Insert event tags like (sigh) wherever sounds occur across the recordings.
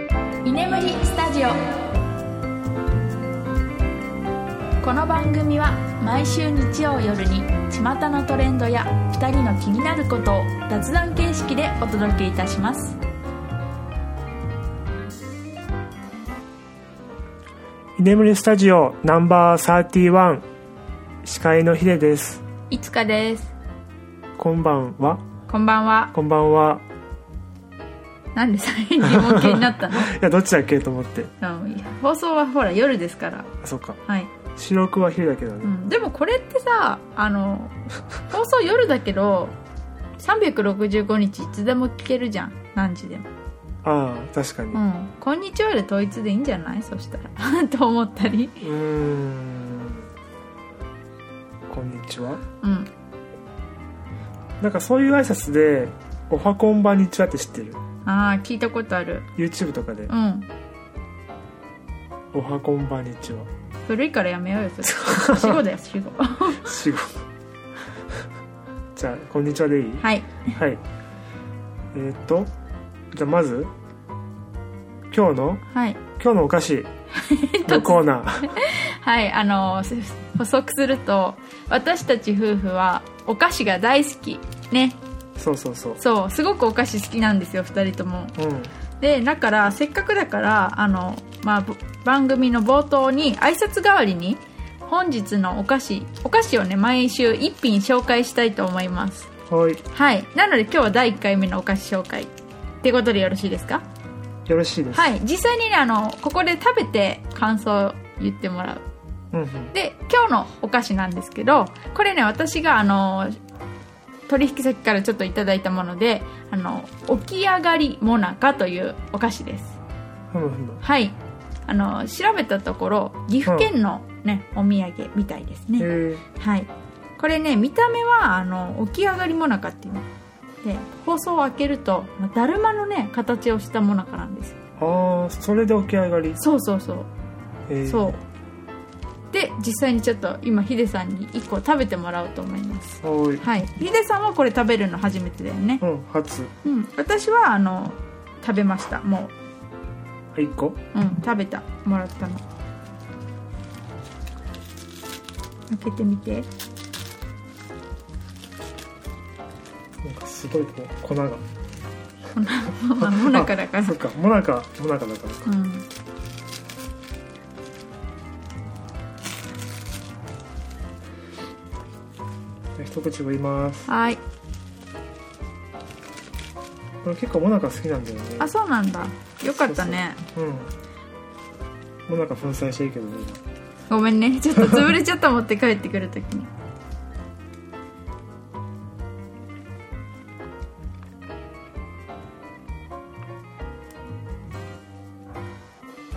眠りスタジオこの番組は毎週日曜夜に巷のトレンドや2人の気になることを雑談形式でお届けいたします居眠りスタジオナンバー31司会のヒデですいつかですこんばんはこんばんはこんばんはなんで最近疑問形になった (laughs) の、いやどっちだっけと思ってうん放送はほら夜ですからあそっかはい、収録はヒデだけどうね、ん、でもこれってさあの放送夜だけど365日いつでも聞けるじゃん何時でもああ確かにううん「こんにちは」で統一でいいんじゃないそしたら (laughs) と思ったりーんこんにちはうんなんかそういう挨拶でおはこんばんにちはって知ってるああ聞いたことある YouTube とかでうんおはこんばんにちは古いからやめようよそれ死後だよ死後死後じゃあこんにちはでいいはいはい。えーっと、じゃあまず、今日の、はい今日のお (laughs) 菓子のコーナー。はいあのす補足すると私たち夫婦はお菓子が大好きね (laughs) そうそうそう。そうすごくお菓子好きなんですよ2人ともうん。でだからせっかくだからあの、まあ、ぼ番組の冒頭に挨拶代わりに本日のお菓子お菓子をね毎週1品紹介したいと思いますはい。はいなので今日は第1回目のお菓子紹介ってことでよろしいですかよろしいです。い。はい実際にねあのここで食べて感想を言ってもらううんうん。で今日のお菓子なんですけどこれね私があの取引先からちょっといただいたものであの起き上がりもなかというお菓子ですふむふむ。はいあの調べたところ岐阜県の、ねお土産みたいですね、えはいこれね見た目はあの起き上がりもなかっていうので包装を開けるとまあだるまのね形をしたもなかなんですよー、ああ、それで起き上がり。そうそうそうえー、そうで実際にちょっと今ヒデさんに1個食べてもらおうと思いますう。はい。はいヒデさんはこれ食べるの初めてだよねうん、初。うん私はあの食べましたも一個ううん食べたもらったの開けてみ (laughs) てなんかすごいこう、粉が。まあもなかだ (laughs) から (laughs) そっか、もなか、もなかだからか。うんじゃあ一口もいます。はいこれ結構もなか好きなんだよね。あそうなんだよかったねうん。もなか粉砕してるけどね。ごめんねちょっと潰れちゃった持って帰ってくるときに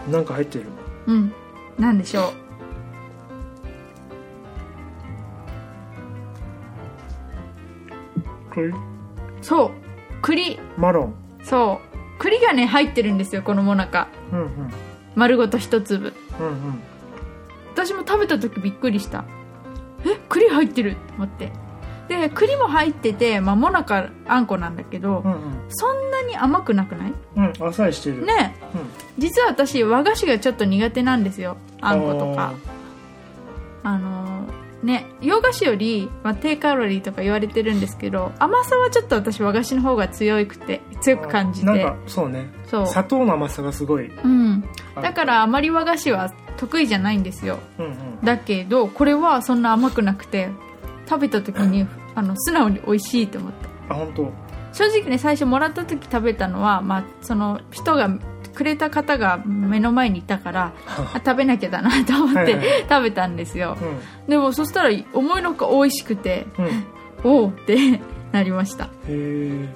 なんか入ってる。 (laughs) うんなんでしょ栗うそう栗マロン。そう栗がね入ってるんですよこのもなかうんうん。丸ごと一粒うんうん。私も食べた時びっくりしたえ栗入ってると思ってで栗も入ってて、まあ、もなかあんこなんだけど、うんうんそんなに甘くなくないうん、あっさりしてる。ねえ実は私和菓子がちょっと苦手なんですよあんことかあのーね洋菓子より、まあ、低カロリーとか言われてるんですけど甘さはちょっと私和菓子の方が強くて強く感じなんてかそうねそう砂糖の甘さがすごいうんあるだからあまり和菓子は得意じゃないんですようんうんだけどこれはそんな甘くなくて食べた時 (laughs) にあの素直に美味しいと思ったあ本当正直ね最初もらった時食べたのは、まあ、その人がくれた方が目の前にいた (laughs) からあ食べなきゃだなと思っはいはて食べたんですようでもそしたら思いのほか美味しくてんうんおおってなりましたへえ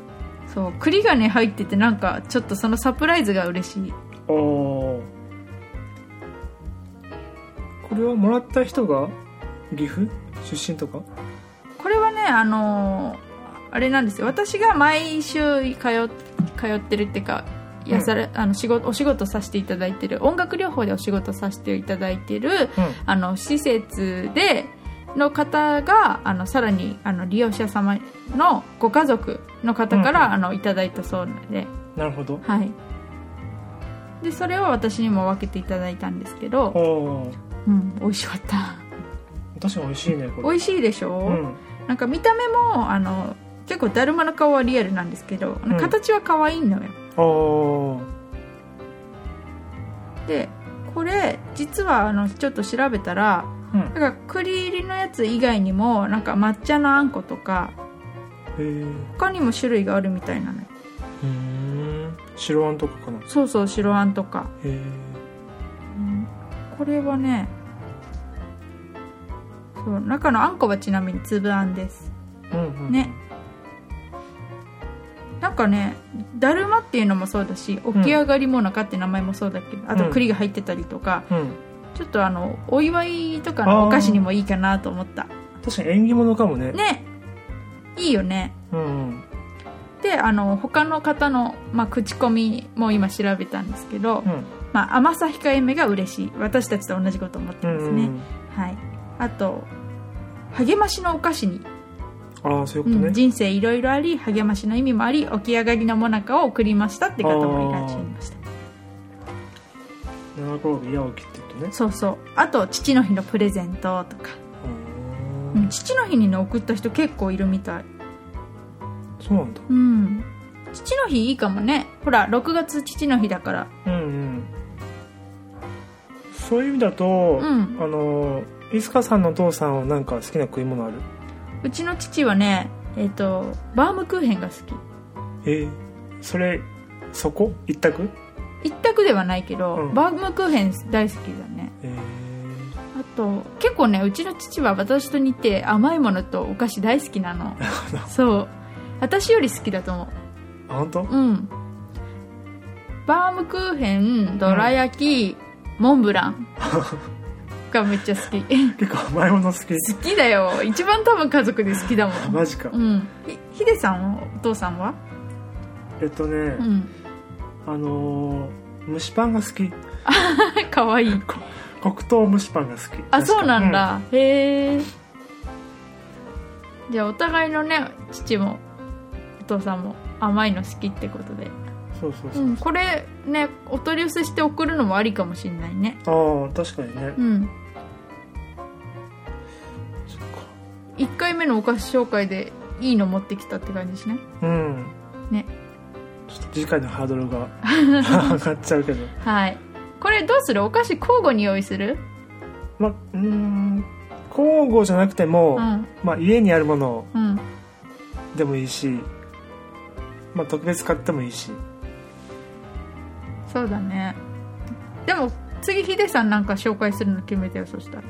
そう栗がね入っててなんかちょっとそのサプライズが嬉しいあーこれはもらった人が岐阜出身とかこれはねあのーあれなんですよ私が毎週通っ通ってるっていうかやされ、あの仕事お仕事させていただいてる音楽療法でお仕事させていただいてるうんあの施設での方があのさらにあの利用者様のご家族の方から、うんあのいただいたそうなので、なるほどはい、でそれを私にも分けていただいたんですけど、おーうん、美味しか (laughs) った確かに美味しいねこれ美味しいでしょ、うんなんか見た目もあの結構だるまの顔はリアルなんですけど、ん形は可愛いのよおーでこれ実はあのちょっと調べたらうんなんか栗入りのやつ以外にもなんか抹茶のあんことかへー他にも種類があるみたいなのようーん白あんとかかなへそうそう白あんとか、えうんこれはねそう中のあんこはちなみに粒あんですうんうんねなんかねだるまっていうのもそうだし起き上がりもなかって名前もそうだけど、あと栗が入ってたりとか、うんちょっとあのお祝いとかのお菓子にもいいかなと思った確かに縁起物かもねねいいよねうんうんであの他の方の、まあ、口コミも今調べたんですけど、うんまあ、甘さ控えめが嬉しい私たちと同じこと思ってうますんね、うんはい、あと励ましのお菓子に、ああそういううことねん、人生いろいろあり励ましの意味もあり起き上がりのもなかを送りましたって方もいらっしゃいました七転び八起きって言ってねそうそうあと父の日のプレゼントとか、ううんん、父の日にね送った人結構いるみたいそうなんだうん父の日いいかもねほら6月父の日だからうんうんそういう意味だと、うんあのいつかさんのお父さんはなんか好きな食い物あるうちの父はねえっ、とバームクーヘンが好きえーそれそこ一択一択ではないけど、うんバームクーヘン大好きだねえあと結構ねうちの父は私と似て甘いものとお菓子大好きなのそう私より好きだと思ー、あ本当ううんバームクーヘンどら焼き、モンブラ (laughs) ンがめっちゃ好き好結構甘いもの好ききだよ一番多分家族で好きだもんマジか、うんひヒデさんはお父さんはえっとね、うん (laughs) あのー蒸しパンが好きかわいい黒糖蒸しパンが好きあ確かそうなんだ、へえじゃあお互いのね父もお父さんも甘いの好きってことで、うんそうそうそうう、ん、これねお取り寄せして送るのもありかもしんないねああ確かにね、うんそっか1回目のお菓子紹介でいいの持ってきたって感じしないうんねちょっと次回のハードルが上がっちゃうけどはいこれどうするお菓子交互に用意するまあうーん交互じゃなくても、うんまあ、家にあるものうんでもいいし、まあ、特別買ってもいいしそうだねでも次ヒデさんなんか紹介するの決めてよそしたら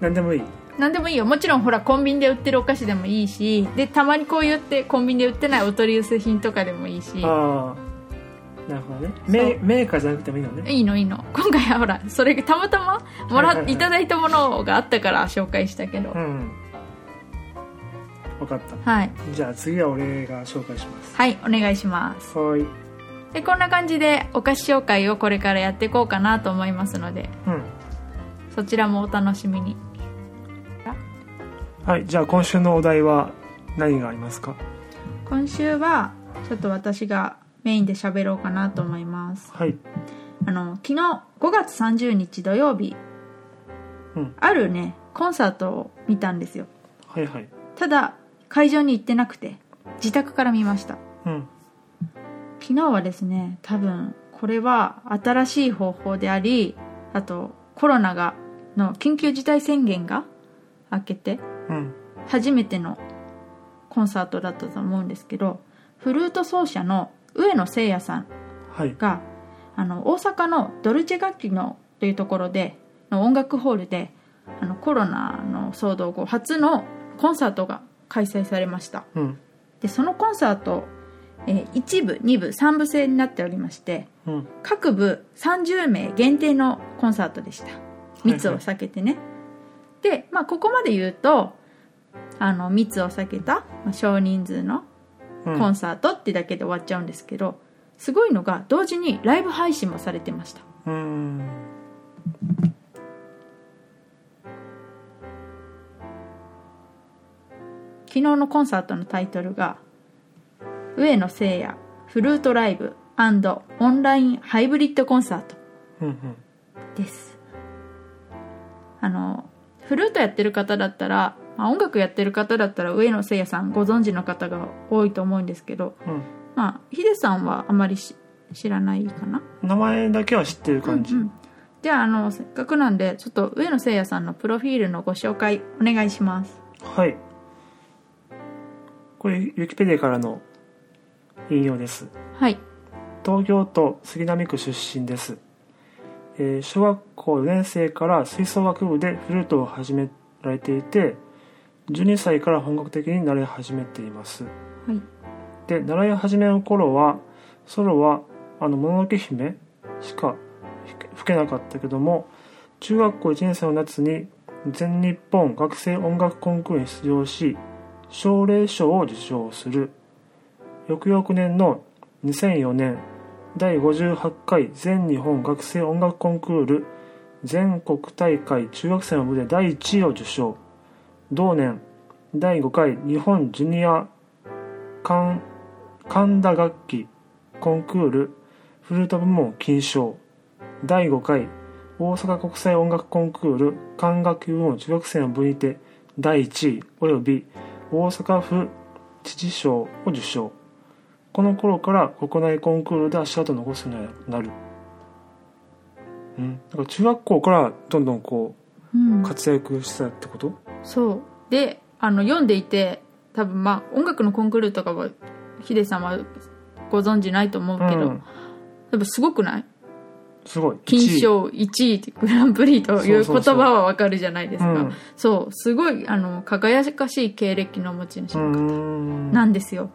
何でもいい何でもいいよもちろんほらコンビニで売ってるお菓子でもいいしでたまにこう言ってコンビニで売ってないお取り寄せ品とかでもいいしああなるほどねメーメーカーじゃなくてもいいのねいいのいいの今回はほらそれがたまたまもはいらはいっはいいただいたものがあったから紹介したけどうん分かったはいじゃあ次は俺が紹介しますはいお願いしますはいでこんな感じでお菓子紹介をこれからやっていこうかなと思いますのでうんそちらもお楽しみにはいじゃあ今週のお題は何がありますか今週はちょっと私がメインで喋ろうかなと思いますはいあの昨日5月30日土曜日うんあるねコンサートを見たんですよはいはいただ会場に行ってなくて自宅から見ましたうん昨日はですね多分これは新しい方法でありあとコロナがの緊急事態宣言が明けてうん初めてのコンサートだったと思うんですけどフルート奏者の上野誠也さんはいがあの大阪のドルチェ楽器のというところでの音楽ホールであのコロナの騒動後初のコンサートが開催されましたうんでそのコンサート、えー、1部2部3部制になっておりましてうん各部30名限定のコンサートでしたい密を避けてね、で、まあ、ここまで言うとあの密を避けた、まあ少人数のうんコンサートってだけで終わっちゃうんですけど、すごいのが同時にライブ配信もされてましたうん昨日のコンサートのタイトルが「上野誠也フルートライブオンラインハイブリッドコンサートうんうんですあのフルートやってる方だったら、まあ、音楽やってる方だったら上野誠也さんご存知の方が多いと思うんですけどうんまあヒデさんはあまりし知らないかな名前だけは知ってる感じ、うんうんじゃああのせっかくなんでちょっと上野誠也さんのプロフィールのご紹介お願いしますはいこれウィキペディアからの引用ですはい東京都杉並区出身です、えー小学校4年生から吹奏楽部でフルートを始められていて12歳から本格的に習い始めていますはいで習い始めの頃はソロはあの「もののけ姫」しか吹け吹けなかったけども中学校1年生の夏に全日本学生音楽コンクールに出場し奨励賞を受賞する翌々年の2004年第58回全日本学生音楽コンクール全国大会中学生の部で第1位を受賞同年第5回日本ジュニア神神田楽器コンクールフルート部門金賞第5回大阪国際音楽コンクール管楽器部門中学生の部にて第1位および大阪府知事賞を受賞この頃から国内コンクールで足跡を残すようになるうん、だから中学校からどんどんこうんう活躍してたってことそうであの読んでいて多分まあ音楽のコンクールとかはヒデさんはご存知ないと思うけど、うん多分すごくないすごい金賞1位ってグランプリというそうそ言うそう葉はわかるじゃないですかそううんすごいあの輝かしい経歴の持ち1主位うーんなんですよ、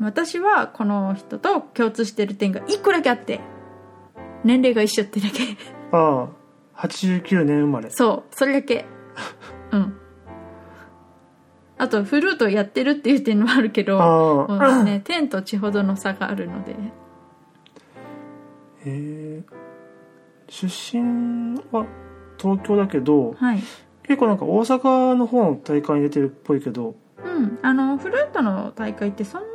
私はこの人と共通してる点が1個だけあって年齢が一緒ってだけ (laughs) ああ89年生まれそうそれだけうんあとフルートやってるっていう点もあるけどああ、もうね、天と地ほどの差があるのでへえ出身は東京だけどはい結構なんか大阪の方の大会に出てるっぽいけどうんあのフルートの大会ってそんな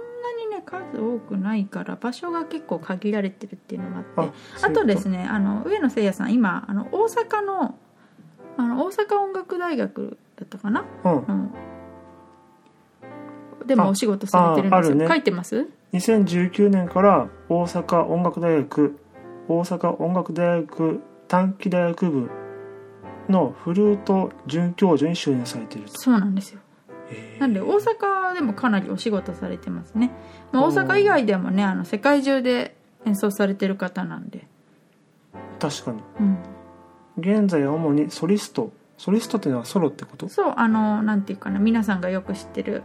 にね数多くないから場所が結構限られてるっていうのもあってあとですねねあの上野誠也さん今あの大阪のあの大阪音楽大学だったかな、うんうん、でもあお仕事されてるんですああよ、るね書いてます2019年から大阪音楽大学大阪音楽大学短期大学部のフルート准教授に就任されているとそうなんですよへえなんで大阪でもかなりお仕事されてますね、まあ、お大ー阪以外でもねあの世界中で演奏されてる方なんで確かにうん現在は主にソリストソリストっていうのはソロってことそうあのなんていうかな皆さんがよく知ってる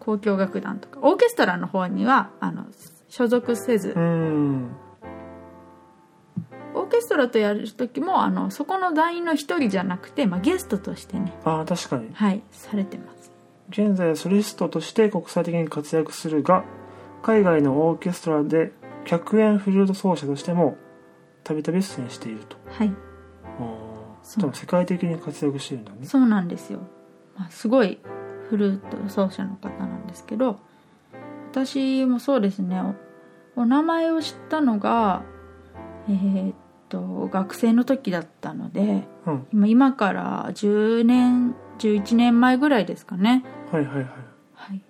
交響楽団とかオーケストラの方にはあの所属せず、うーんオーケストラとやる時もあのそこの団員の一人じゃなくて、まあ、ゲストとしてねああ確かにはいされてます現在はソリストとして国際的に活躍するが海外のオーケストラで100円フルート奏者としてもたびたび出演しているとはいあそうーでも世界的に活躍しているんだねそうなんですよ、まあ、すごいフルート奏者の方なんですけど私もそうですねおお名前を知ったのがえーっと学生の時だったのでうん今今から10年11年前ぐらいですかねはいはいはいはいで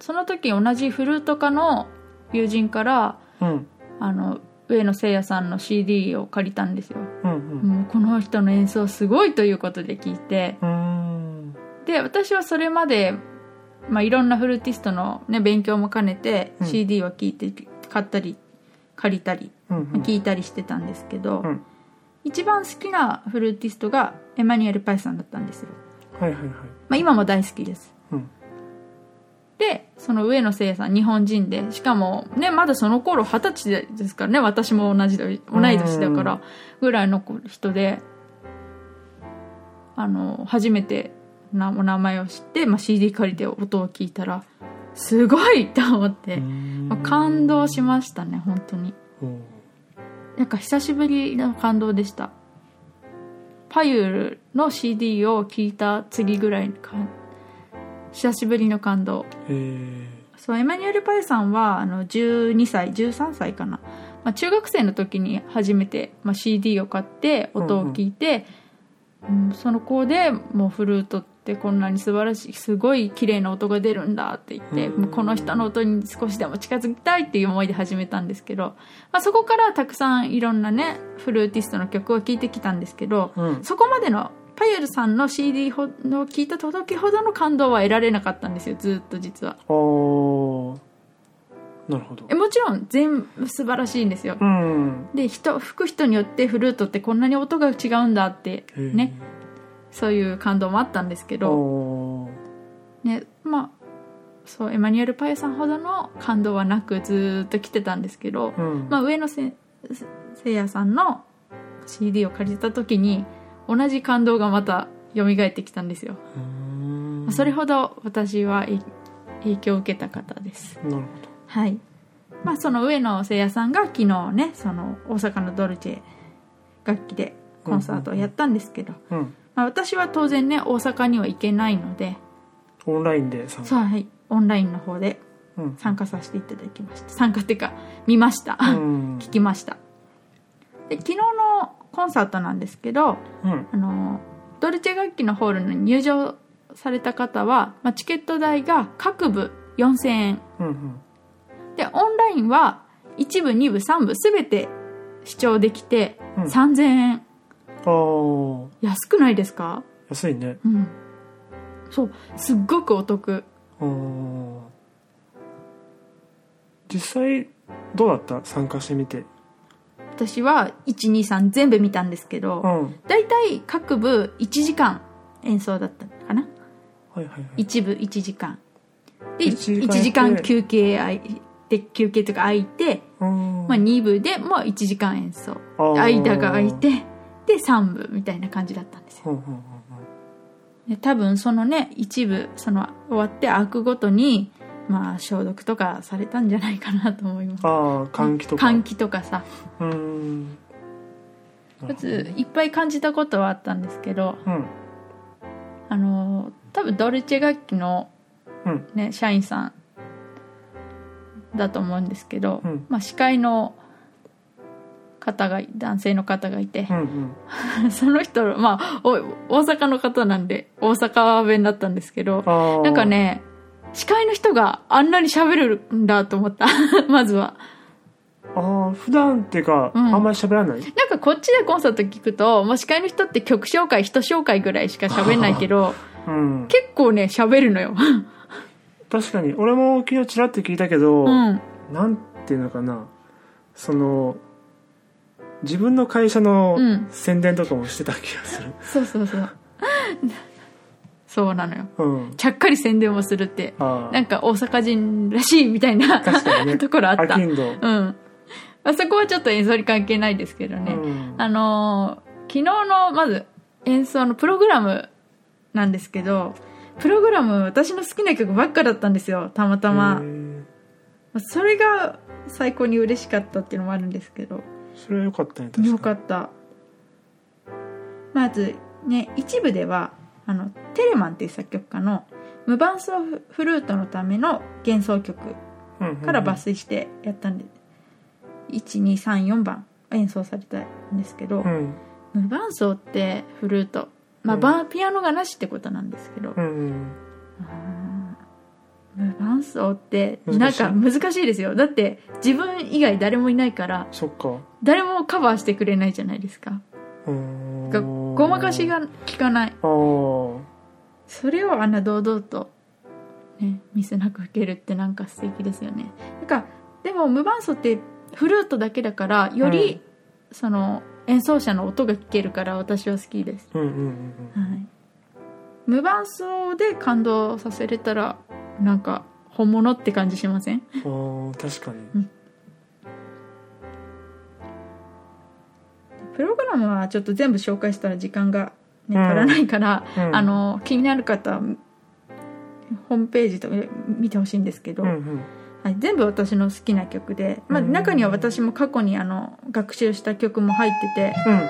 その時同じフルート科の友人からうんあの上野誠也さんの CD を借りたんですよ、うんうんもうこの人の演奏すごいということで聞いてうーんで私はそれまで、まあ、いろんなフルーティストの、ね、勉強も兼ねてうん CD は聞いて買ったり借りたり、うんうん聞いたりしてたんですけど、うん一番好きなフルーティストがエマニュエル・パイさんだったんですよ、はいはいはいまあ、今も大好きですうんでその上野誠也さん日本人でしかもねまだその頃二十歳でですからね私も同じだ同い年だからぐらいの子人であの初めてなお名前を知って、まあ、CD 借りて音を聞いたらすごいと思って、まあ感動しましたね本当にうんなんか久しぶりの感動でしたパユルの CD を聞いた次ぐらいか久しぶりの感動えーそうエマニュエル・パイさんはあの12歳13歳かな、まあ、中学生の時に初めて、まあ、CD を買って音を聞いて、うんその子でもうフルートってこんなに素晴らしいすごい綺麗な音が出るんだって言って、うんもうこの人の音に少しでも近づきたいっていう思いで始めたんですけど、まあ、そこからたくさんいろんなねフルーティストの曲を聴いてきたんですけど、うんそこまでのパイエルさんの CD ほの聞いた時ほどの感動は得られなかったんですよずっと実はあーなるほどえもちろん全部素晴らしいんですようんで人吹く人によってフルートってこんなに音が違うんだってへーねそういう感動もあったんですけあど、ーねまあ、そうエマニュエル・パエさんほどの感動はなくずーっと来てたんですけど、うんまあ、上野せせせいやさんの CD を借りた時に同じ感動がまた蘇ってきたんですよ、うーんそれほど私は影影響を受けた方ですなるほはいまあその上野聖也さんが昨日ねその大阪のドルチェ楽器でコンサートをやったんですけど、どうんまあ、私は当然ね大阪には行けないのでオンラインで参加そうはいオンラインの方でうん参加させていただきました参加っていうか見ました、うん聞きましたで昨日のコンサートなんですけどうんあのドルチェ楽器のホールに入場された方は、まあ、チケット代が各部4000円うんうんでオンラインは1部2部3部全て視聴できてうん3000円、あー安くないですか安いねうんそうすっごくお得あー実際どうだった参加してみて私は123全部見たんですけど、うんだいたい各部1時間演奏だったのかなはいはいはい一部1時間で一時間1やって時間休憩あいで休憩とか空いて、うんまあ、2部でもう1時間演奏あー間が空いてで3部みたいな感じだったんですようんうんうんうんで多分そのね一部その終わって開くごとにまあ消毒とかされたんじゃないかなと思いますああ換気とか換気とかさうーんなまるほどずいっぱい感じたことはあったんですけどうんあの多分ドルチェ楽器のうんね、社員さんだと思うんですけど、うんまあ、司会の方が男性の方がいてう、んう (laughs) んその人、まあ、お大阪の方なんで大阪弁だったんですけどああなんかね司会の人があんなに喋るんだと思った (laughs) まずはああ普段っていうか、うんあんまり喋らないなんかこっちでコンサート聞くと、まあ、司会の人って曲紹介人紹介ぐらいしか喋んないけ (laughs) どうん結構ね喋るのよ、確かに俺も昨日ちらっと聞いたけど、うん、なんていうのかなその自分の会社のうん宣伝とかもしてた気が (laughs) するそうそうそうそうなのようん、ちゃっかり宣伝もするってあなあんか大阪人らしいみたいな確かにね (laughs) ところあっアた。キうん。ンドまあ、そこはちょっと演奏に関係ないですけどね。うんあのー昨日のまず演奏のプログラムなんですけど、プログラム私の好きな曲ばっかだったんですよ、たまたま。まへえあそれが最高に嬉しかったっていうのもあるんですけど、それは良かったね確かによかった。まずね、一部では、あの、テレマンっていう作曲家の無伴奏フルートのための幻想曲うんうんうんから抜粋してやったんで、1234番演奏されたんですけど、うん無伴奏ってフルート、まあうんバーピアノがなしってことなんですけど、うんうん無伴奏ってなん難しいか難しいですよだって自分以外誰もいないからそっか誰もカバーしてくれないじゃないですかうーんがごまかしが効かないああそれをあんな堂々と、ね、ミスなく吹けるってなんか素敵ですよねなんかでも無伴奏ってフルートだけだからより、その演奏者の音が聞けるから私は好きです、うんうんうんはい、無伴奏で感動させれたらなんか本物って感じしませんうんああ確かにプログラムはちょっと全部紹介したら時間が、ね、うん足らないから、うんあの気になる方はホームページとか見てほしいんですけど、うんうん (laughs) はい、全部私の好きな曲で、まあ、うんうんうん中には私も過去にあの学習した曲も入っててうん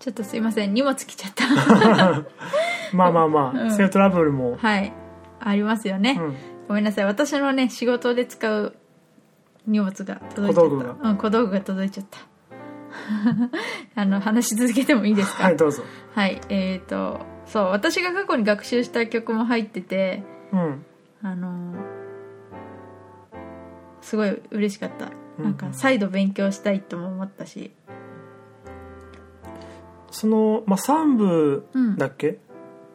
ちょっとすいません荷物来ちゃった (laughs) まあまあまあ、うんそういうトラブルもはいありますよね、うんごめんなさい私のね仕事で使う荷物が届いちゃ小道具ったうん、小道具が届いちゃった (laughs) あの話し続けてもいいですかはいどうぞはい、えっ、とそう私が過去に学習した曲も入っててうんあのーすごい嬉しかったうんなんか再度勉強したいとも思ったし、その、まあ、3部うんだっけ、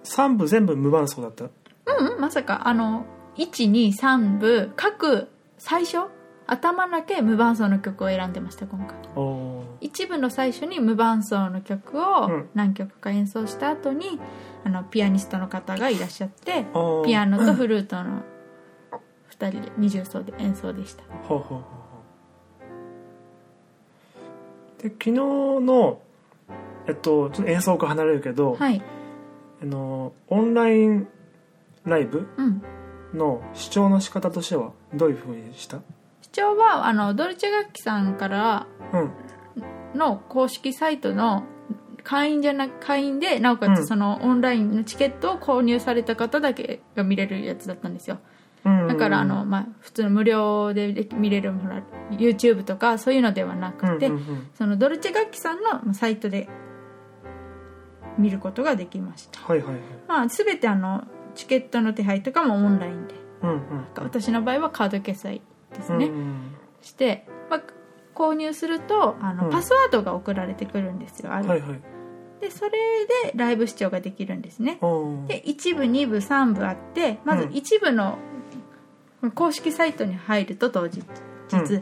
三 ?3 部全部無伴奏だったうんまさかあの123部各最初頭だけ無伴奏の曲を選んでました今回おー一部の最初に無伴奏の曲をうん何曲か演奏した後に、あのピアニストの方がいらっしゃってあーピアノとフルートの2人で二重奏で演奏でしたほうほうほうほうで昨日のえっとちょっと演奏から離れるけど、はいあのオンラインライブうんの視聴の仕方としてはどういうふうにした視聴はあのドルチェ楽器さんからうんの公式サイトの会員じゃな会員でなおかうつんそのオンラインのチケットを購入された方だけが見れるやつだったんですようんだからあの、まあ、普通の無料ででき見れるほら YouTube とかそういうのではなうんうくんて、うんそのドルチェ楽器さんのまあサイトで見ることができました、はいはいはいまあ、全てあのチケットの手配とかもオンラインでうんうん私の場合はカード決済ですね、うんして、まあ、購入するとあの、うんパスワードが送られてくるんですよあうんる、はいはいでそれでライブ視聴ができるんですねおーで1部2部3部あってまずうん1部の公式サイトに入ると当日うん1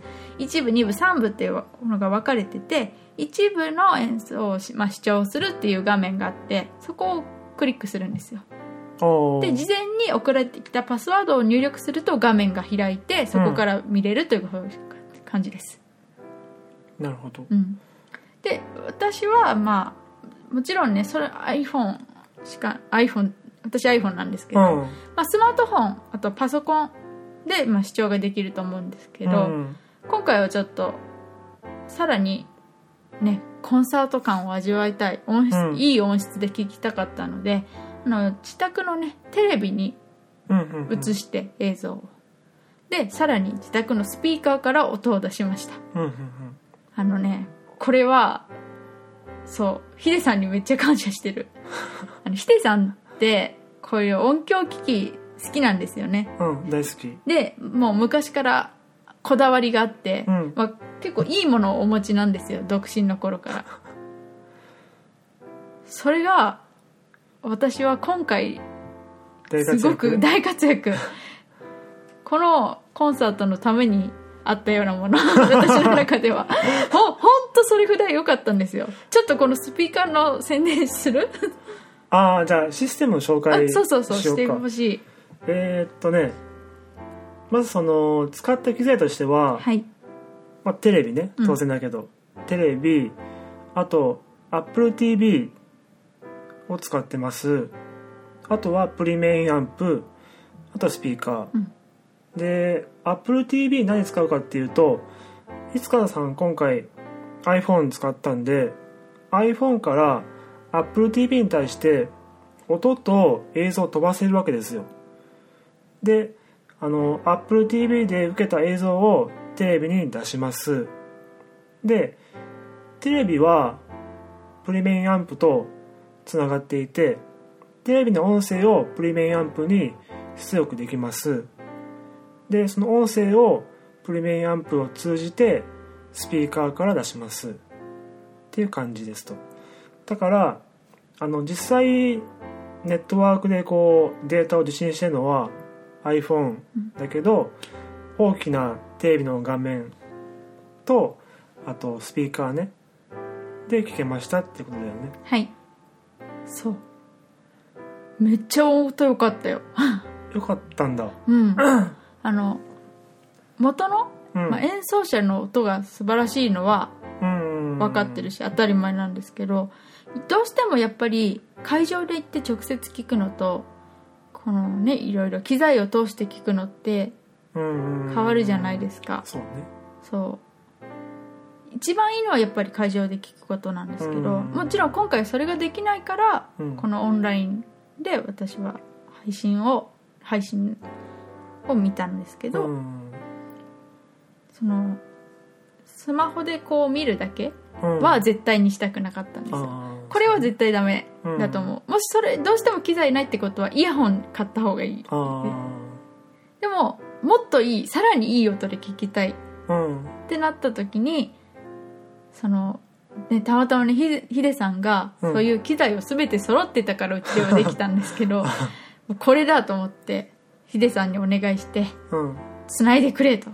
部2部3部っていうのが分かれてて1部の演奏をし、まあ、視聴するっていう画面があってそこをクリックするんですよおーで事前に送られてきたパスワードを入力すると画面が開いてそこから見れるという感じです、なるほどうん、で私はまあもちろんねそれ iPhone しか iPhone 私 iPhone なんですけうど、んまあ、スマートフォンあとパソコンで、まあ、視聴ができると思うんですけど、うん今回はちょっとさらにねコンサート感を味わいたい音質、うんいい音質で聴きたかったのであの自宅のねテレビにうんうんうん映して映像をでさらに自宅のスピーカーから音を出しましたうんうんうんあのね、これは、そう、ヒデさんにめっちゃ感謝して (laughs) る。あの、ヒデさんって、こういう音響機器好きなんですよね。うん大好きで、もう昔からこだわりがあって、うんまあ、結構いいものをお持ちなんですよ、独身の頃 (laughs) から。それが、私は今回、大活躍すごく大活躍。このコンサートのためにあったようなもの、私の中で (laughs) は。ほ、ほんとそれぐらい良かったんですよ。ちょっとこのスピーカーの宣伝する、ああじゃあシステムの紹介あ (laughs) そうそうそう、しよしうてかほしい。えーっとねまずその使った機材としては、はい。まあ、テレビねうん当然だけど、テレビあと AppleTV を使ってますあとはプリメインアンプあとはスピーカー、うんで AppleTV 何使うかっていうといつかさん今回 iPhone 使ったんで iPhone から AppleTV に対して音と映像を飛ばせるわけですよであの AppleTV で受けた映像をテレビに出しますでテレビはプリメインアンプとつながっていてテレビの音声をプリメインアンプに出力できますでその音声をプリメインアンプを通じてスピーカーから出しますっていう感じですとだからあの実際ネットワークでこうデータを受信してるのは iPhone だけど、大きなテレビの画面とあとスピーカーねで聞けましたってことだよねはい。そう。めっちゃ音良かったよ。よかったんだうん。あの、元の、うん、まあ、演奏者の音が素晴らしいのは、うん分かってるし当たり前なんですけどどうしてもやっぱり会場で行って直接聞くのとこのねいろいろ機材を通して聞くのって変変わるじゃないですか、そうねそう一番いいのはやっぱり会場で聞くことなんですけど、うんもちろん今回それができないから、うんこのオンラインで私は配信を配信を見たんですけど、うんそのスマホでこう見るだけうんは絶対にしたくなかったんですよ、あーこれは絶対ダメだと思う、もしそれどうしても機材ないってことはイヤホン買った方がいいあでももっといいさらにいい音で聞きたいあうんってなった時にその、ね、たまたまねヒデヒデさんがうんそういう機材を全て揃ってたからうちではできたんですけ (laughs) どもうこれだと思ってヒデさんにお願いしてうん繋いでく (laughs) れと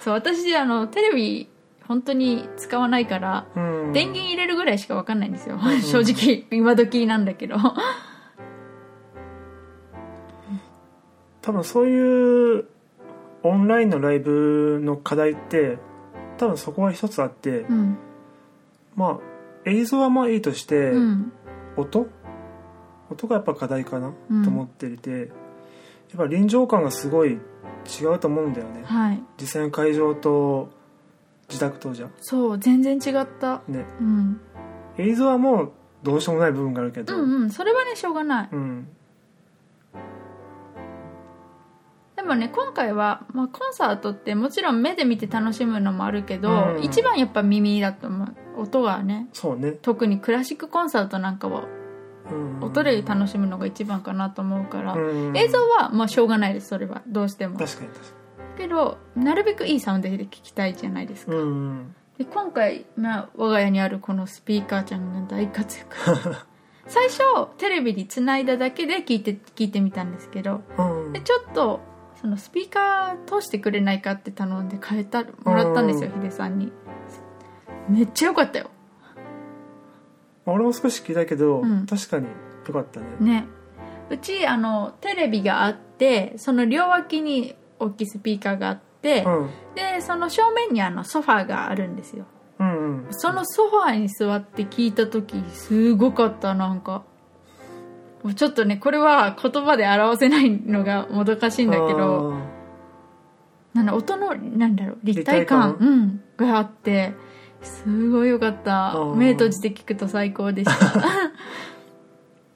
そう私あのテレビ本当に使わないからうん電源入れるぐらいしか分かんないんですよ (laughs) 正直今時なんだけ (laughs) ど多分そういうオンラインのライブの課題って多分そこは一つあって、うんまあ映像はまあいいとして、うん音音がやっぱ課題かな、うんと思っていてやっぱ臨場感がすごい違うと思うんだよねはい実際の会場と自宅とじゃそう全然違った、ねうん、映像はもうどうしようもない部分があるけうどんうんそれはねしょうがないうんでもね今回は、まあ、コンサートってもちろん目で見て楽しむのもあるけど、うん一番やっぱ耳だと思う音がねそうね、特にクラシックコンサートなんかはうん、音で楽しむのが一番かなと思うから、うん映像はまあしょうがないですそれはどうしても確かに確かけどなるべくいいサウンドで聞きたいじゃないですか、にうんで今回、まあ、我が家にあるこのスピーカーちゃんが大活躍 (laughs) 最初テレビにつないだだけで聞いて聞いてみたんですけどうんでちょっとそのスピーカー通してくれないかって頼んで変えたもらったんですようヒデさんにめっちゃ良かったよまあ俺も少し聞いたけど、うん確かによかったねねうちあのテレビがあってその両脇に大きいスピーカーがあって、うんでその正面にあのソファーがあるんですようんうんそのソファーに座って聞いた時すごかったなんかもうちょっとねこれは言葉で表せないのがもどかしいんだけどあーなんだ音のなんだろう立体感立体うん、があってすごいよかったあー目閉じて聞くと最高でした (laughs)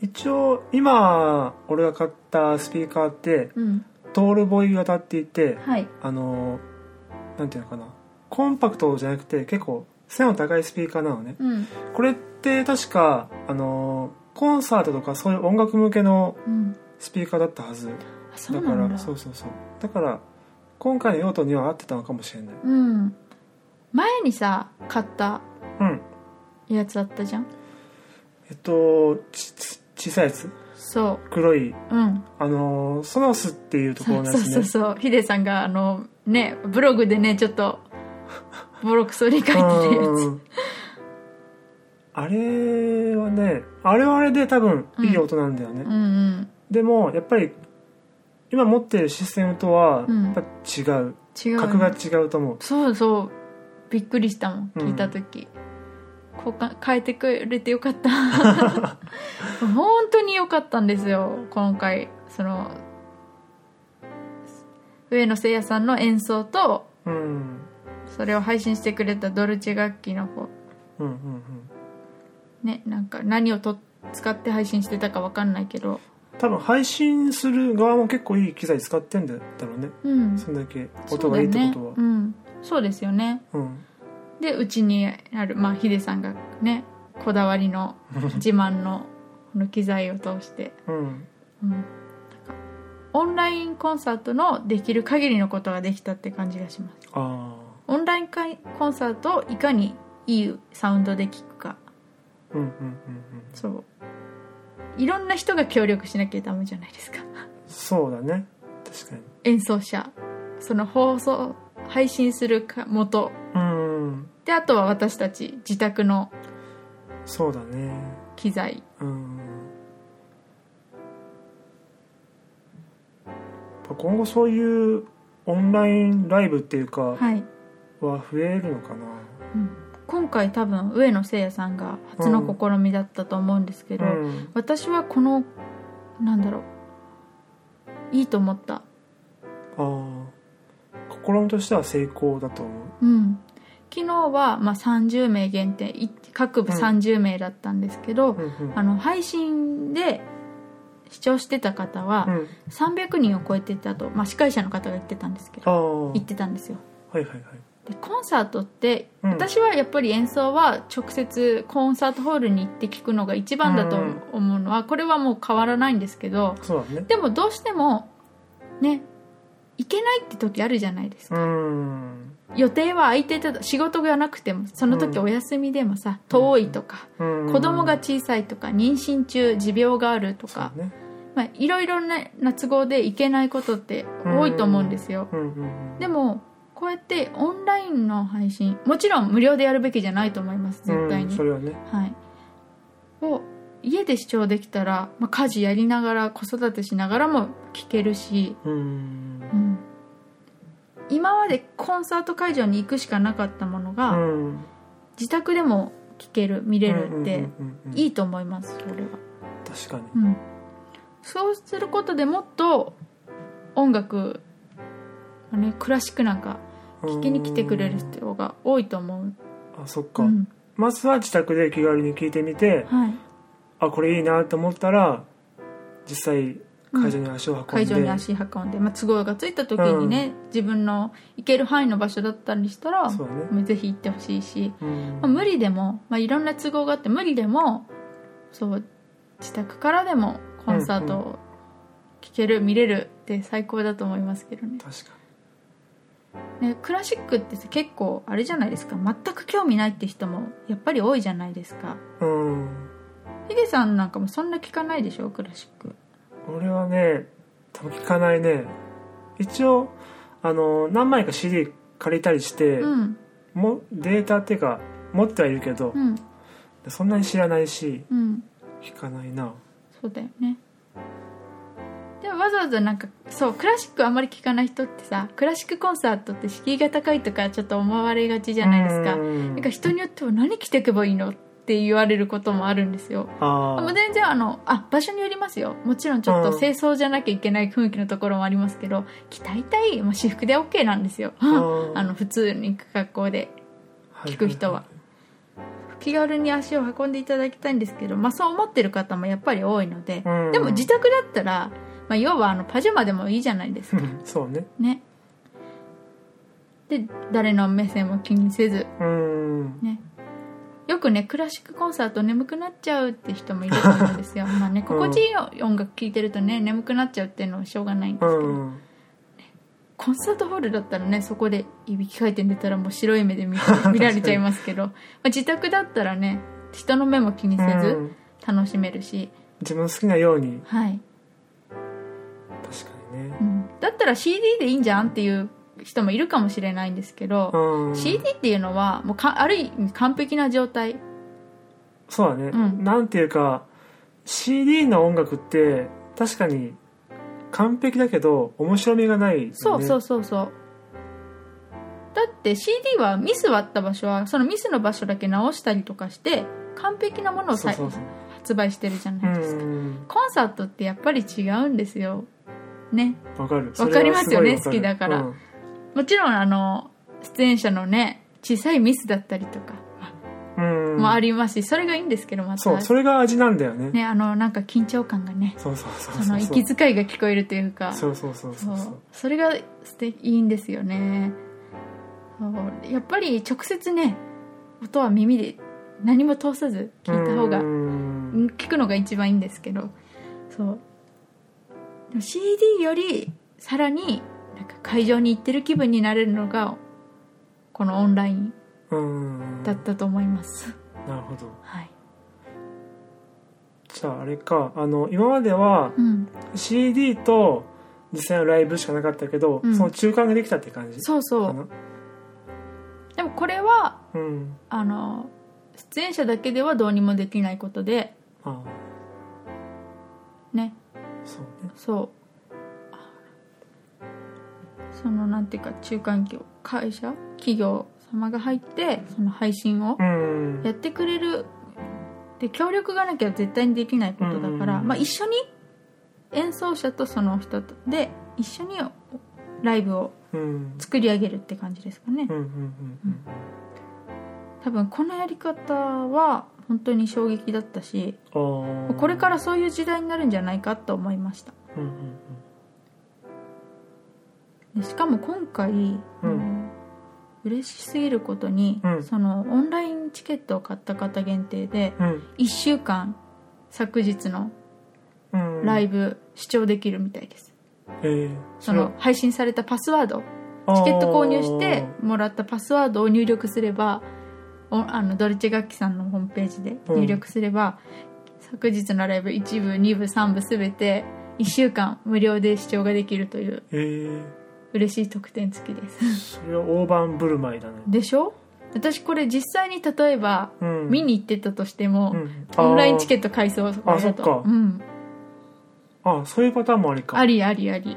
一応今俺が買ったスピーカーってうんトールボイ型って言ってはいあのなんていうのかなコンパクトじゃなくて結構背の高いスピーカーなのねうんこれって確かあのコンサートとかそういう音楽向けのうんスピーカーだったはずあそだうかなんだらそうそうそうだから今回の用途には合ってたのかもしれないうん前にさ買ったうんやつあったじゃんえっとちち小さいやつそ黒いううんあのソノスっていうとこそろうのやそうつそうねそうヒデさんがあのねブログでねちょっとボロクソに書いてたやうつんあれはねあれはあれで多分いい音なんだよね、うんうんでもやっぱり今持ってるシステムとはうんやっぱ違う、違う格が違うと思うそうそうびっくりしたもんうん聞いた時、交換変えてくれてよかった (laughs) 本当によかったんですよ今回その上野誠也さんの演奏とうんそれを配信してくれたドルチェ楽器の方うんうんうんねなんか何をと使って配信してたかわかんないけど多分配信する側も結構いい機材使ってんだろうねうんそんだけ音がいいってそうことはだよねうん、そうですよねうんでうちにあるまあヒデさんがねこだわりの自慢のこの機材を通して、うんうん、なんかオンラインコンサートのできる限りのことができたって感じがしますあオンラインかいコンサートをいかにいいサウンドで聴くかあうんうんうんうんそういろんな人が協力しなきゃダメじゃないですか (laughs) そうだね確かに演奏者その放送配信するか元うんであとは私たち自宅のそうだね機材うんやっぱ今後そういうオンラインライブっていうかははい、増えるのかな、今回多分上野誠也さんが初の試みだったと思うんですけど、うん私はこのなんだろういいと思ったああ試みとしては成功だと思ううん昨日はまあ30名限定い各部うん30名だったんですけど、うんうんあの配信で視聴してた方うはん300人を超えてたと、まあ、司会者の方が言ってたんですけあどあはい言ってたんですよはいはいでコンサートって、うん私はやっぱり演奏は直接コンサートホールに行って聞くのが一番だと思うのは、これはもう変わらないんですけどそうだねでもどうしてもね行けないって時あるじゃないですうか、ーん予定は空いてたと仕事がなくてもその時うんお休みでもさ、遠いとか、うん子供が小さいとか妊娠中持病があるとか、そうねまあ、いろいろな都合で行けないことって多いと思うんですよ、うんうんでもこうやってオンラインの配信もちろん無料でやるべきじゃないと思いますう絶ん対に、それはねはいを家で視聴できたら、まあ、家事やりながら子育てしながらも聞けるし、うーうんん、今までコンサート会場に行くしかなかったものが、うん自宅でも聞ける見れるっうてんうんうんうんいいと思いますそれは、確かにうん、そうすることでもっと音楽、まあね、クラシックなんか聞きに来てくれるう人が多いと思う、ーんあそっうか、んまずは自宅で気軽に聞いてみてはい、あこれいいなと思ったら実際会場に足を運んで、会場に足運んで、まあ、都合がついた時にね、自分の行ける範囲の場所だったりしたらそうだねもうぜひ行ってほしいし、うんまあ、無理でも、まあ、いろんな都合があって無理でもそう自宅からでもコンサートうを聴ける、見れるって最高だと思いますけどね確かねクラシックって結構あれじゃないですか全く興味ないって人もやっぱり多いじゃないですかにうんヒデさんなんかもそんな聞かないでしょクラシック俺はね多分聞かないね一応あの何枚か CD 借りたりして、うんもデータっていうか持ってはいるけど、うんそんなに知らないしうん聞かないなそうだよねでもわざわざなんかそうクラシックあんまり聞かない人ってさクラシックコンサートって敷居が高いとかちょっと思われがちじゃないですかうんなんか人によっては何着てけばいいのって言われることもあるんですよ。あもうー全然あの、あ、場所によりますよ。もちろんちょっとうん清掃じゃなきゃいけない雰囲気のところもありますけど、着たいたい、まあ、私服で OK なんですよ。ん (laughs) あの、普通に行く格好で、はい聞く人は気軽に足を運んでいただきたいんですけど、まあそう思ってる方もやっぱり多いので、うんでも自宅だったら、まあ要はあの、パジャマでもいいじゃないですうか。ん (laughs) そうねね。で、誰の目線も気にせず、うんね、よくねクラシックコンサート眠くなっちゃうって人もいると思うんです (laughs) よまあね心地いい音楽聴いてるとね眠くなっちゃうっていうのはしょうがないんですけうど、んコンサートホールだったらねそこでいびきかいて寝たらもう白い目で見 (laughs) 見られちゃいますけど、まあ、自宅だったらね人の目も (laughs) 気にせうずん楽しめるし、自分の好きなようにはい、確かにねうん、だったら CD でいいんじゃんっていう人もいるかもしれないんですけど、うん CD っていうのはもうかある意味完璧な状態そうだね、うんなんていうか CD の音楽って確かに完璧だけど面白みがないよね、そうそうそうそう。だって CD はミス割った場所はそのミスの場所だけ直したりとかして完璧なものをそさうそうそう発売してるじゃうないですか、んコンサートってやっぱり違うんですよねわかるわかりますよねそれは好すごいわるきだからうんもちろんあの出演者のね小さいミスだったりとかうんもありますし、それがいいんですけどまたそうそれが味なんだよねねあのなんか緊張感がねそうそうそうその息遣いが聞こえるというかそうそうそうそそううそうそれが素敵いいんですよねそうやっぱり直接ね音は耳で何も通さず聞いた方がうん聞くのが一番いいんですけどそうでも CD よりさらになんか会場に行ってる気分になれるのがこのオンラインうんだったと思います、なるほどはい、じゃああれかあの今まではうん、 CD と実際のライブしかなかったけど、うんその中間ができたって感じそうそかうなでもこれはうんあの出演者だけではどうにもできないことでああねそうねそうそのなんていうか中間業会社企業様が入ってその配信をうんやってくれるで協力がなきゃ絶対にできないことだから、うんまあ、一緒に演奏者とその人とで一緒にライブをうん作り上げるって感じですかねうんうんうんうん多分このやり方は本当に衝撃だったしあーこれからそういう時代になるんじゃないかと思いましたうんうんでしかも今回、あの嬉しすぎることに、うんそのオンラインチケットを買った方限定でうん1週間昨日のうんうんライブ視聴できるみたいです、えーそれのは配信されたパスワードあーチケット購入してもらったパスワードを入力すればおあのドルチェ楽器さんのホームページで入力すれば、昨日のライブ1部2部3部全て1週間無料で視聴ができるというえー嬉しい特典付きですそれは大盤振る舞いだねでしょ私これ実際に例えば、うん見に行ってたとしても、うんオンラインチケッット改装そあそっかうん、トあそういうパターンもありかありありあり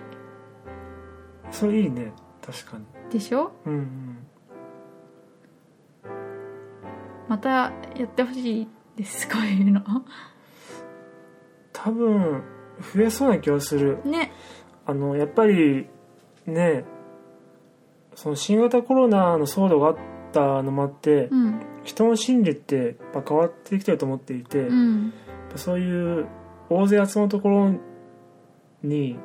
それいいね確かにでしょうんうんまたやってほしいです (laughs) こういうの多分増えそうな気がするねあのやっぱりねその新型コロナの騒動があったのもあって、うん人の心理ってやっぱ変わってきてると思っていて、うやっんぱそういう大勢集まるところに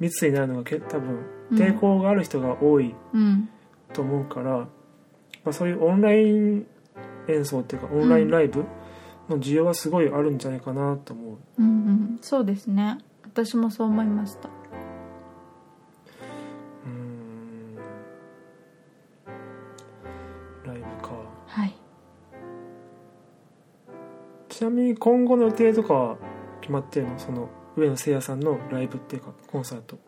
密になるのがけ多分うん抵抗がある人が多いうんと思うから、まあ、そういうオンライン演奏っていうかオンラインライブの需要はすごいあるんじゃないかなと思う、うんうんそうですね私もそう思いましたうーんライブかはいちなみに今後の予定とかは決まってるのその上野聖也さんのライブっていうかコンサート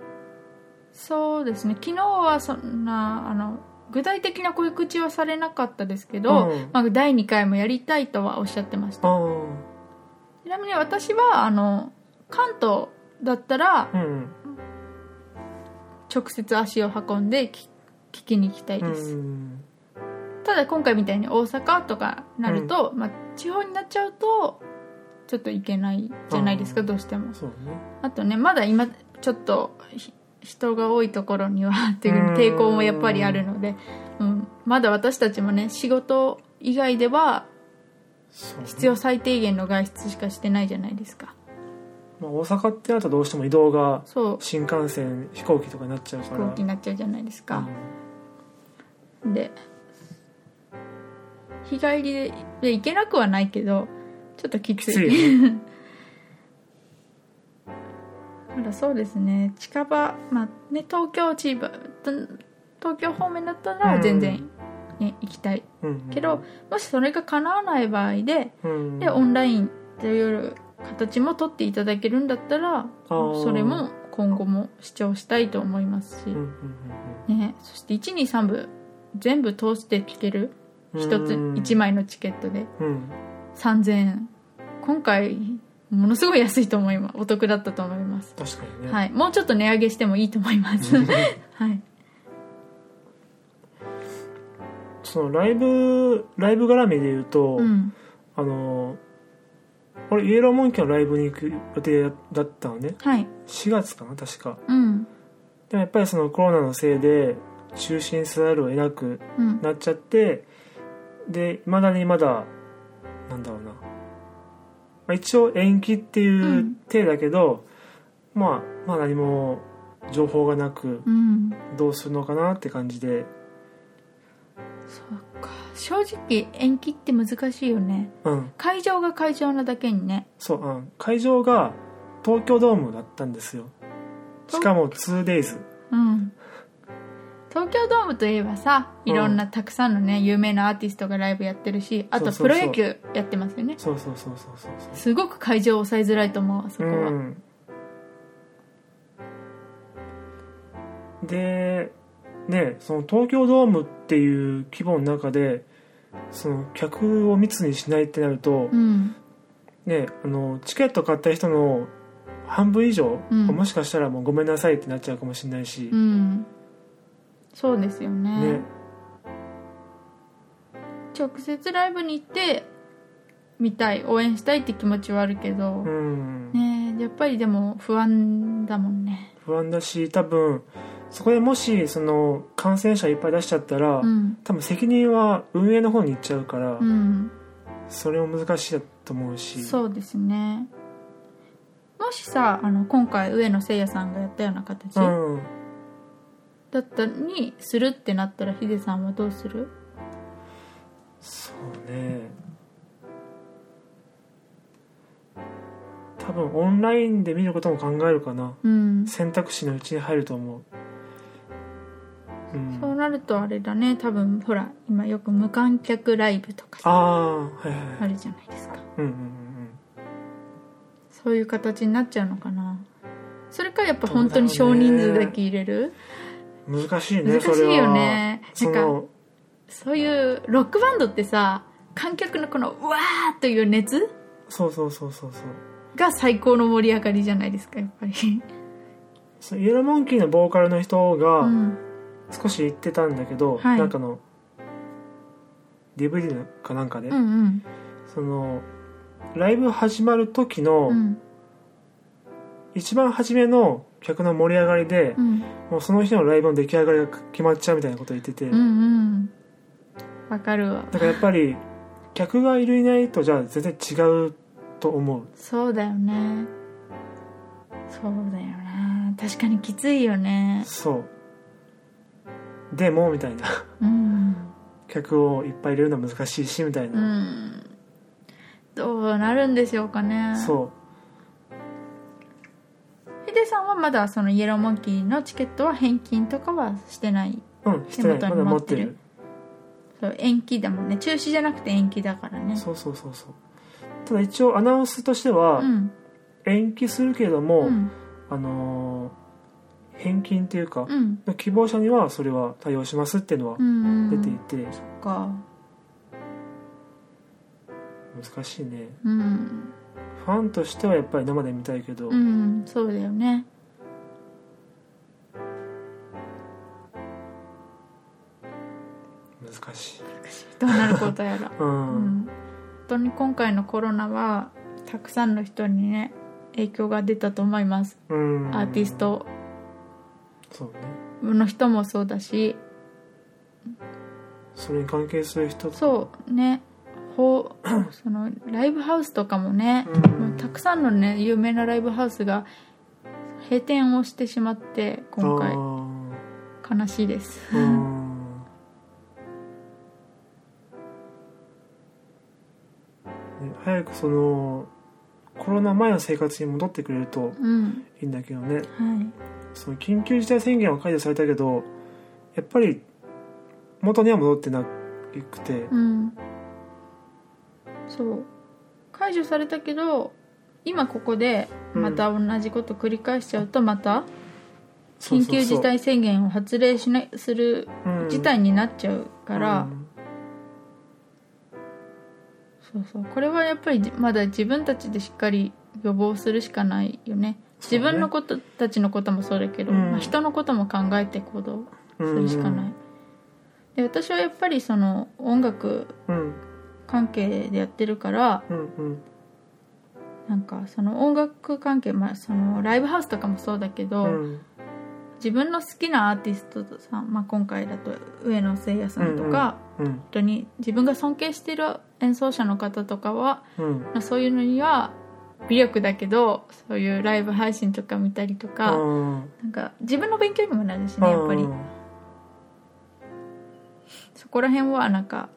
そうですね昨日はそんなあの具体的な告知はされなかったですけど、うんまあ、第2回もやりたいとはおっしゃってましあたあちなみに私はあの関東だったらうん直接足を運んでき聞きに行きたいうです、んただ今回みたいに大阪とかなると、まあ、地方になっちゃうとちょっと行けないじゃないですか、うんどうしてもそうだねあとねまだ今ちょっとひ人が多いところにはっていう抵抗もやっぱりあるので、うん、まだ私たちもね仕事以外ではそうね必要最低限の外出しかしてないじゃないですかまあ、大阪ってなるとどうしても移動がそう新幹線飛行機とかになっちゃうか飛ら行機になっちゃうじゃないですか、で日帰りでで行けなくはないけどちょっときついきつ (laughs) いよねだからそうですね近場、まあね、東京千葉と東京方面だったうらん全然、ね行きたいうんけど、もしそれが叶わない場合でうんでオンラインという形も取っていただけるんだったらーそれも今後も視聴したいと思いますし、うんうんね、そして123部全部通して聴けるうんうん1つうん1枚のチケットでうん3000円今回ものすごい安いと思いますお得だったと思います、確かにね、はい、もうちょっと値上げしてもいいと思います (laughs) はいそのライブライブ絡みで言うと、うんあの俺イエローモンキーのライブに行く予定だったのねはい4月かな確かうんでもやっぱりそのコロナのせいで中止にせざるを得なくうんなっちゃってでいまだにまだなんだろうな、まあ、一応延期っていううん体だけど、まあまあ何も情報がなくうんどうするのかなって感じでそうか正直延期って難しいよねうん会場が会場なだけにねそう、うん、会場が東京ドームだったんですよしかも 2days うん東京ドームといえばさいろんなたくさんのね、有名なアーティストがライブやってるしあそとうそプうそうロ野球やってますよねそうそうそうそうそうそうすごく会場を抑えづらいと思うあそこは、うん、でねその東京ドームっていう規模の中でその客を密にしないってなると、うんね、あのチケット買った人の半分以上、うんもしかしたらもうごめんなさいってなっちゃうかもしれないしう、んそうですよねね直接ライブに行って見たい応援したいって気持ちはあるけど、うん、ねえやっぱりでも不安だもんね不安だし多分そこでもしその感染者いっぱい出しちゃったら、うん多分責任は運営の方に行っちゃうから、うんそれも難しいと思うしそうですねもしさあの今回上野誠也さんがやったような形、うんだったにするってなったらヒデさんはどうするそうね多分オンラインで見ることも考えるかなうん選択肢のうちに入ると思ううんそうなるとあれだね多分ほら今よく無観客ライブとかあさあはいはいはあいるじゃないですかうんうんうんそういう形になっちゃうのかなそれかやっぱ本当に少人数だけ入れる、うん難しいね難しいよねそれなんはかそのそういうロックバンドってさ観客のこのうわーという熱そうそうそうそうそうが最高の盛り上がりじゃないですかやっぱり、そのイエローモンキーのボーカルの人が、うん、少し言ってたんだけど、はいなんかの DVD かなんかで、うんうんそのライブ始まる時の、うん一番初めの客の盛り上がりでう、んもうその日のライブの出来上がりが決まっちゃうみたいなこと言ってて、うだんうんわかるわからやっぱり客がいるいないとじゃあ全然違うと思うそうだよねそうだよね確かにきついよねそうでもみたいなうん客をいっぱい入れるのは難しいしみたいうな、んどうなるんでしょうかねそうヒデさんはまだそのイエローモンキーのチケットは返金とかはしてないうんしてない手元まだに持持っっててるるそう延期だもんね中止じゃなくて延期だからねそうそうそうそうただ一応アナウンスとしては、うん延期するけれども、うんあのー返金っていうか、うん希望者にはそれは対応しますっていうのはうん出ていて、そっか難しいねうんファンとしてはやっぱり生で見たいけど、うんそうだよね難しいどうなることやら (laughs) う、うんん本当に今回のコロナはたくさんの人にね影響が出たと思いますうんアーティストそうねの人もそうだしそれに関係する人そうねほう (coughs) そのライブハウスとかもね、うんもうたくさんのね有名なライブハウスが閉店をしてしまって今回あー悲しいですうんね早くそのコロナ前の生活に戻ってくれるとうんいいんだけどねはいその緊急事態宣言は解除されたけどやっぱり元には戻ってなくてうんそう解除されたけど今ここでまた同じこと繰り返しちゃうとまたそ緊うそうそう急事態宣言を発令しないするうん事態になっちゃうから、うんそうそうこれはやっぱりじまだ自分たちでしっかり予防するしかないよねそう自ね分のこと、たちのこともそうだけど、うんまあ、人のことも考えて行動するしかない、で私はやっぱりその音楽うん関係でやってるからうんうんなんかその音楽関係、まあ、そのライブハウスとかもそうだけど、うん自分の好きなアーティストとさん、まあ、今回だと上野誠也さんとか、うん本当に自分が尊敬してる演奏者の方とかはうんまあそういうのには微力だけどそういうライブ配信とか見たりとか、うんなんか自分の勉強にもなるしねやっぱりそこら辺はなんか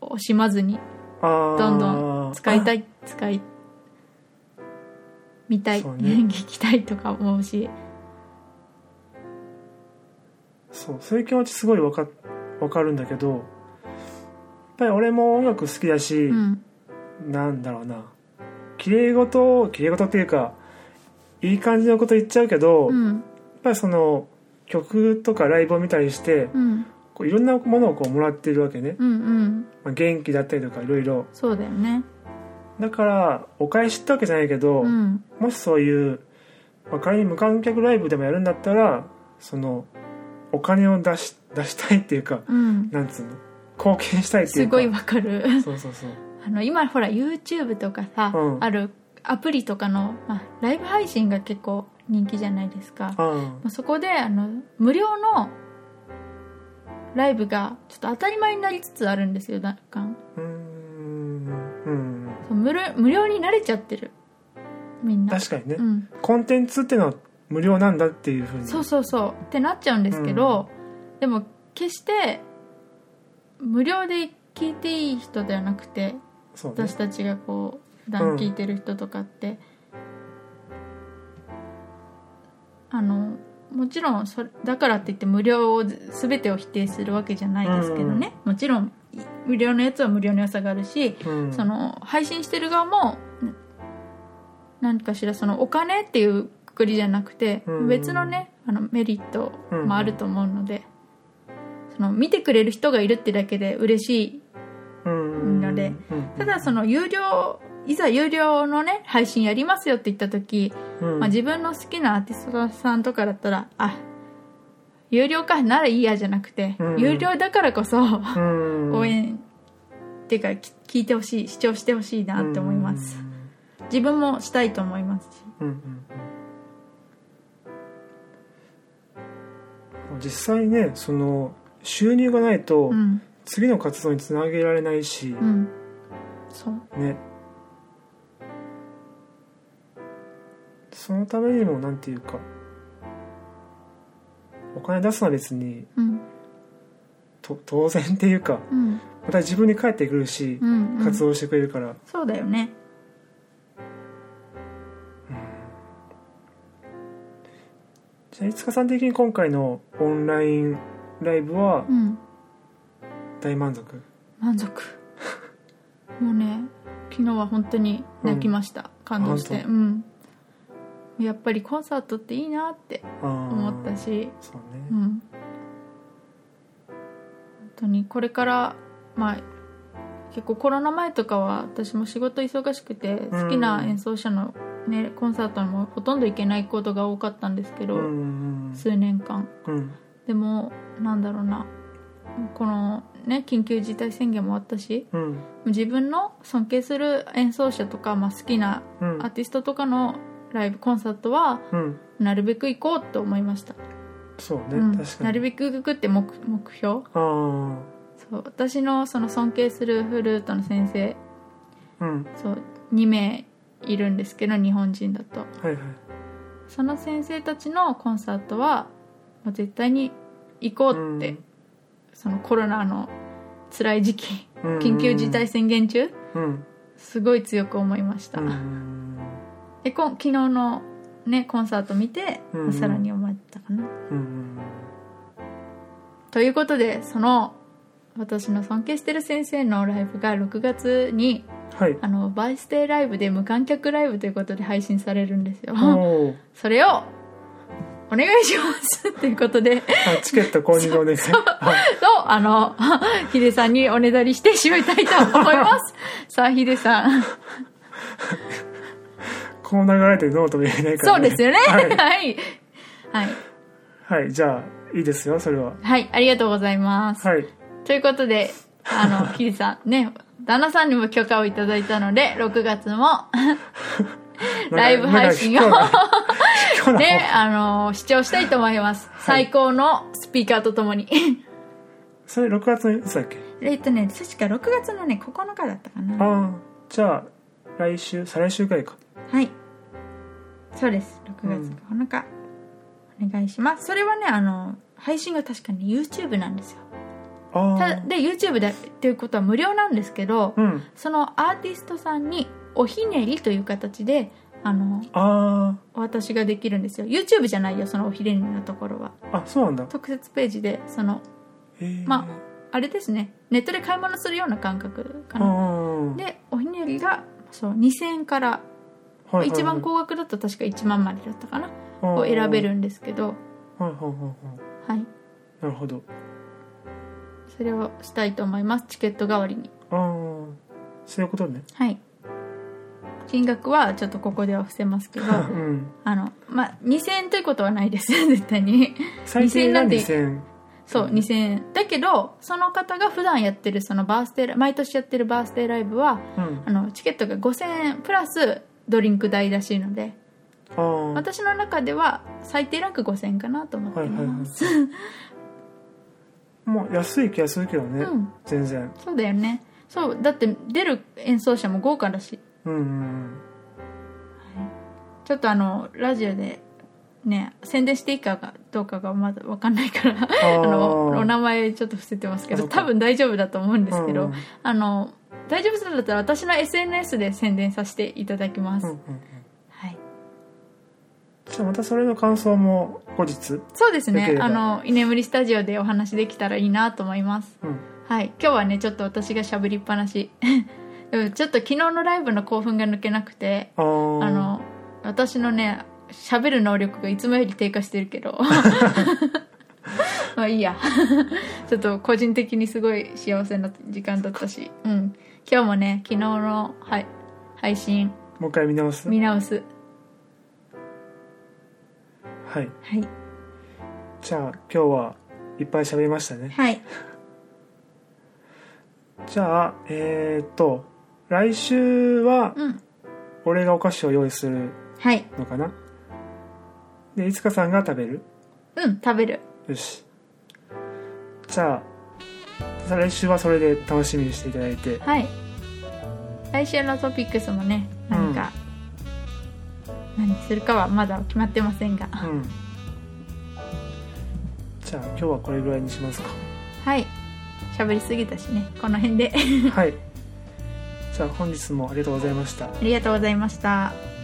惜しまずにどどんどん使いたい使い見たい、そうね (laughs) 聞きたいとか思うしそうそういう気持ちすごいわかわかるんだけどやっぱり俺も音楽好きだし、うんなんだろうな綺麗事を綺麗事っていうかいい感じのこと言っちゃうけど、うやっんぱりその曲とかライブを見たりしてうんこういろんなものをこうもらっているわけね、うんうんまあ、元気だったりとかいろいろそうだよねだからお返しってわけじゃないけど、うんもしそういう、まあ、仮に無観客ライブでもやるんだったらそのお金を出し出したいっていうかうんなんつうの貢献したいっていすうかごいわかる (laughs) そうそうそうあの今ほら YouTube とかさ、うんあるアプリとかの、まあ、ライブ配信が結構人気じゃないですか、まああ、そこであの無料のライブがちょっと当たり前になりつつあるんですよ若干あうーん無料無料に慣れちゃってるみんな確かにね、うん、コンテンツっていうのは無料なんだっていうふうにそうそうそうってなっちゃうんですけど、でも決して無料で聞いていい人ではなくてそうね私たちがこう普段聞いてる人とかって、あのもちろんそれだからって言って無料を全てを否定するわけじゃないですけどね、もちろんい無料のやつは無料の良さがあるし、うんその配信してる側もん何かしらそのお金っていうくくりじゃなくて、うん別のねあのメリットうんもあると思うので、その見てくれる人がいるってだけで嬉しいうんのでうんただその有料いざ有料のね配信やりますよって言った時、うんまあ、自分の好きなアーティストさんとかだったらあ有料かならいいやじゃなくて、うん有料だからこそ、うん応援っていうかき聞いてほしい視聴してほしいなって思います、自分もしたいと思いますしうんうんうん実際ねその収入がないとうん次の活動につなげられないし、うんそうねそのためにもなんていうかお金出すのは別にうんと当然っていうかうんまた自分に返ってくるしう、ん、うん、活動してくれるから、そうだよねじゃあいつかさん的に今回のオンラインライブはうん大満足、満足もうね昨日は本当に泣きました、感動してあうんやっぱりコンサートっていいなってあー思ったしそううね、ん本当にこれからまあ結構コロナ前とかは私も仕事忙しくてうん好きな演奏者の、ね、コンサートにもほとんど行けないことが多かったんですけど、うんうん数年間うんうんでもなんだろうなこのね緊急事態宣言もあったしうん自分の尊敬する演奏者とか、まあ、好きなうんアーティストとかのライブコンサートはうんなるべく行こうと思いました、そうね、うん確かになるべく行くって目目標ああそう私のその尊敬するフルートの先生うんそう2名いるんですけど日本人だとはいはいその先生たちのコンサートはもう絶対に行こうって、うんそのコロナの辛い時期うん緊急事態宣言中うんすごい強く思いました、うんでこ昨日の、ね、コンサート見て、うんさらに思ったかな。うんということでその私の尊敬してる先生のライブが6月にはいあのバイスデーライブで無観客ライブということで配信されるんですよ。おーそれをお願いします (laughs) ということで、あチケット購入のお願いはいと、あの、 (laughs) ヒデさんにおねだりして締めたいと思い (laughs) ます。さあ、ヒデさん。この流れでノートも言えないかそら、うですよね。ははいい。 (laughs) はい。はい。はいじゃあいいですよそれはありがとうございます。はいということで、あの、(laughs) ヒデさん、ね、旦那さんにも許可をいただいたので、6月も、ライブ配信をなんか (laughs) 今日の今日のね、あの、視聴したいと思います。最高のスピーカーとともに。それ6月のいつだっけえっとね、確か6月のね、9日だったかな。ああじゃあ来週再来週ぐらいかはい。そうです。6月9日。お願いします。それはね、あの、配信が確かに YouTube なんですよ。あたあで、YouTube だっていうことは無料なんですけど、うんそのアーティストさんにおひねりという形で、あの、あ私ができるんですよ YouTube じゃないよそのおひれりのところはああそうなんだ特設ページでそのへえまあれですねネットで買い物するような感覚かあなーでおひねりがそう2000円から、はいはいはい一番高額だと確か1万までだったかなあーを選べるんですけどはいはいはいははいいなるほどそれをしたいと思いますチケット代わりにああそういうことねはい金額はちょっとここでは伏せます (laughs) けど (laughs) うんあのまあ2000円ということはないです (laughs) 絶対に最低が2000なんて2000そう、うん2000円。だけど、その方が普段やってる、そのバースデーライブ、毎年やってるバースデーライブは、うんあの、チケットが5000円プラスドリンク代らしいので、ああ私の中では最低ランク5000円かなと思っています。もう安い気がするけどね、うん全然そうだよね。そう、だって出る演奏者も豪華だし、うんうんちょっとあのラジオでね宣伝していいかがどうかがまだ分かんないからああのお名前ちょっと伏せてますけあどそっか多分大丈夫だと思うんでですけど、うんあの大丈夫そうだったら私の SNS で宣伝させていただきます、うんうんうんはい、じゃあまたそれの感想も後日、そうですよけねればあの居眠りスタジオでお話できたらいいなと思いますうん、はい今日はねちょっと私がしゃべりっぱなし (laughs) でもちょっと昨日のライブの興奮が抜けなくてあーあの私のね喋る能力がいつもより低下してるけど (laughs) まあいいや (laughs) ちょっと個人的にすごい幸せな時間だったし、うん、今日もね昨日の、はい、配信もう一回見直す見直すははいいじゃあ今日はいっぱい喋りましたねはいじゃあえー、っと来週はうん俺がお菓子を用意するはいのかなでいつかさんが食べるうん食べるよしじゃあ来週はそれで楽しみにしていただいてはい来週のトピックスもね何か、何するかはまだ決まってませんが、うんじゃあ今日はこれぐらいにしますかはい喋りすぎたしねこの辺で (laughs) はいじゃあ本日もありがとうございましたありがとうございました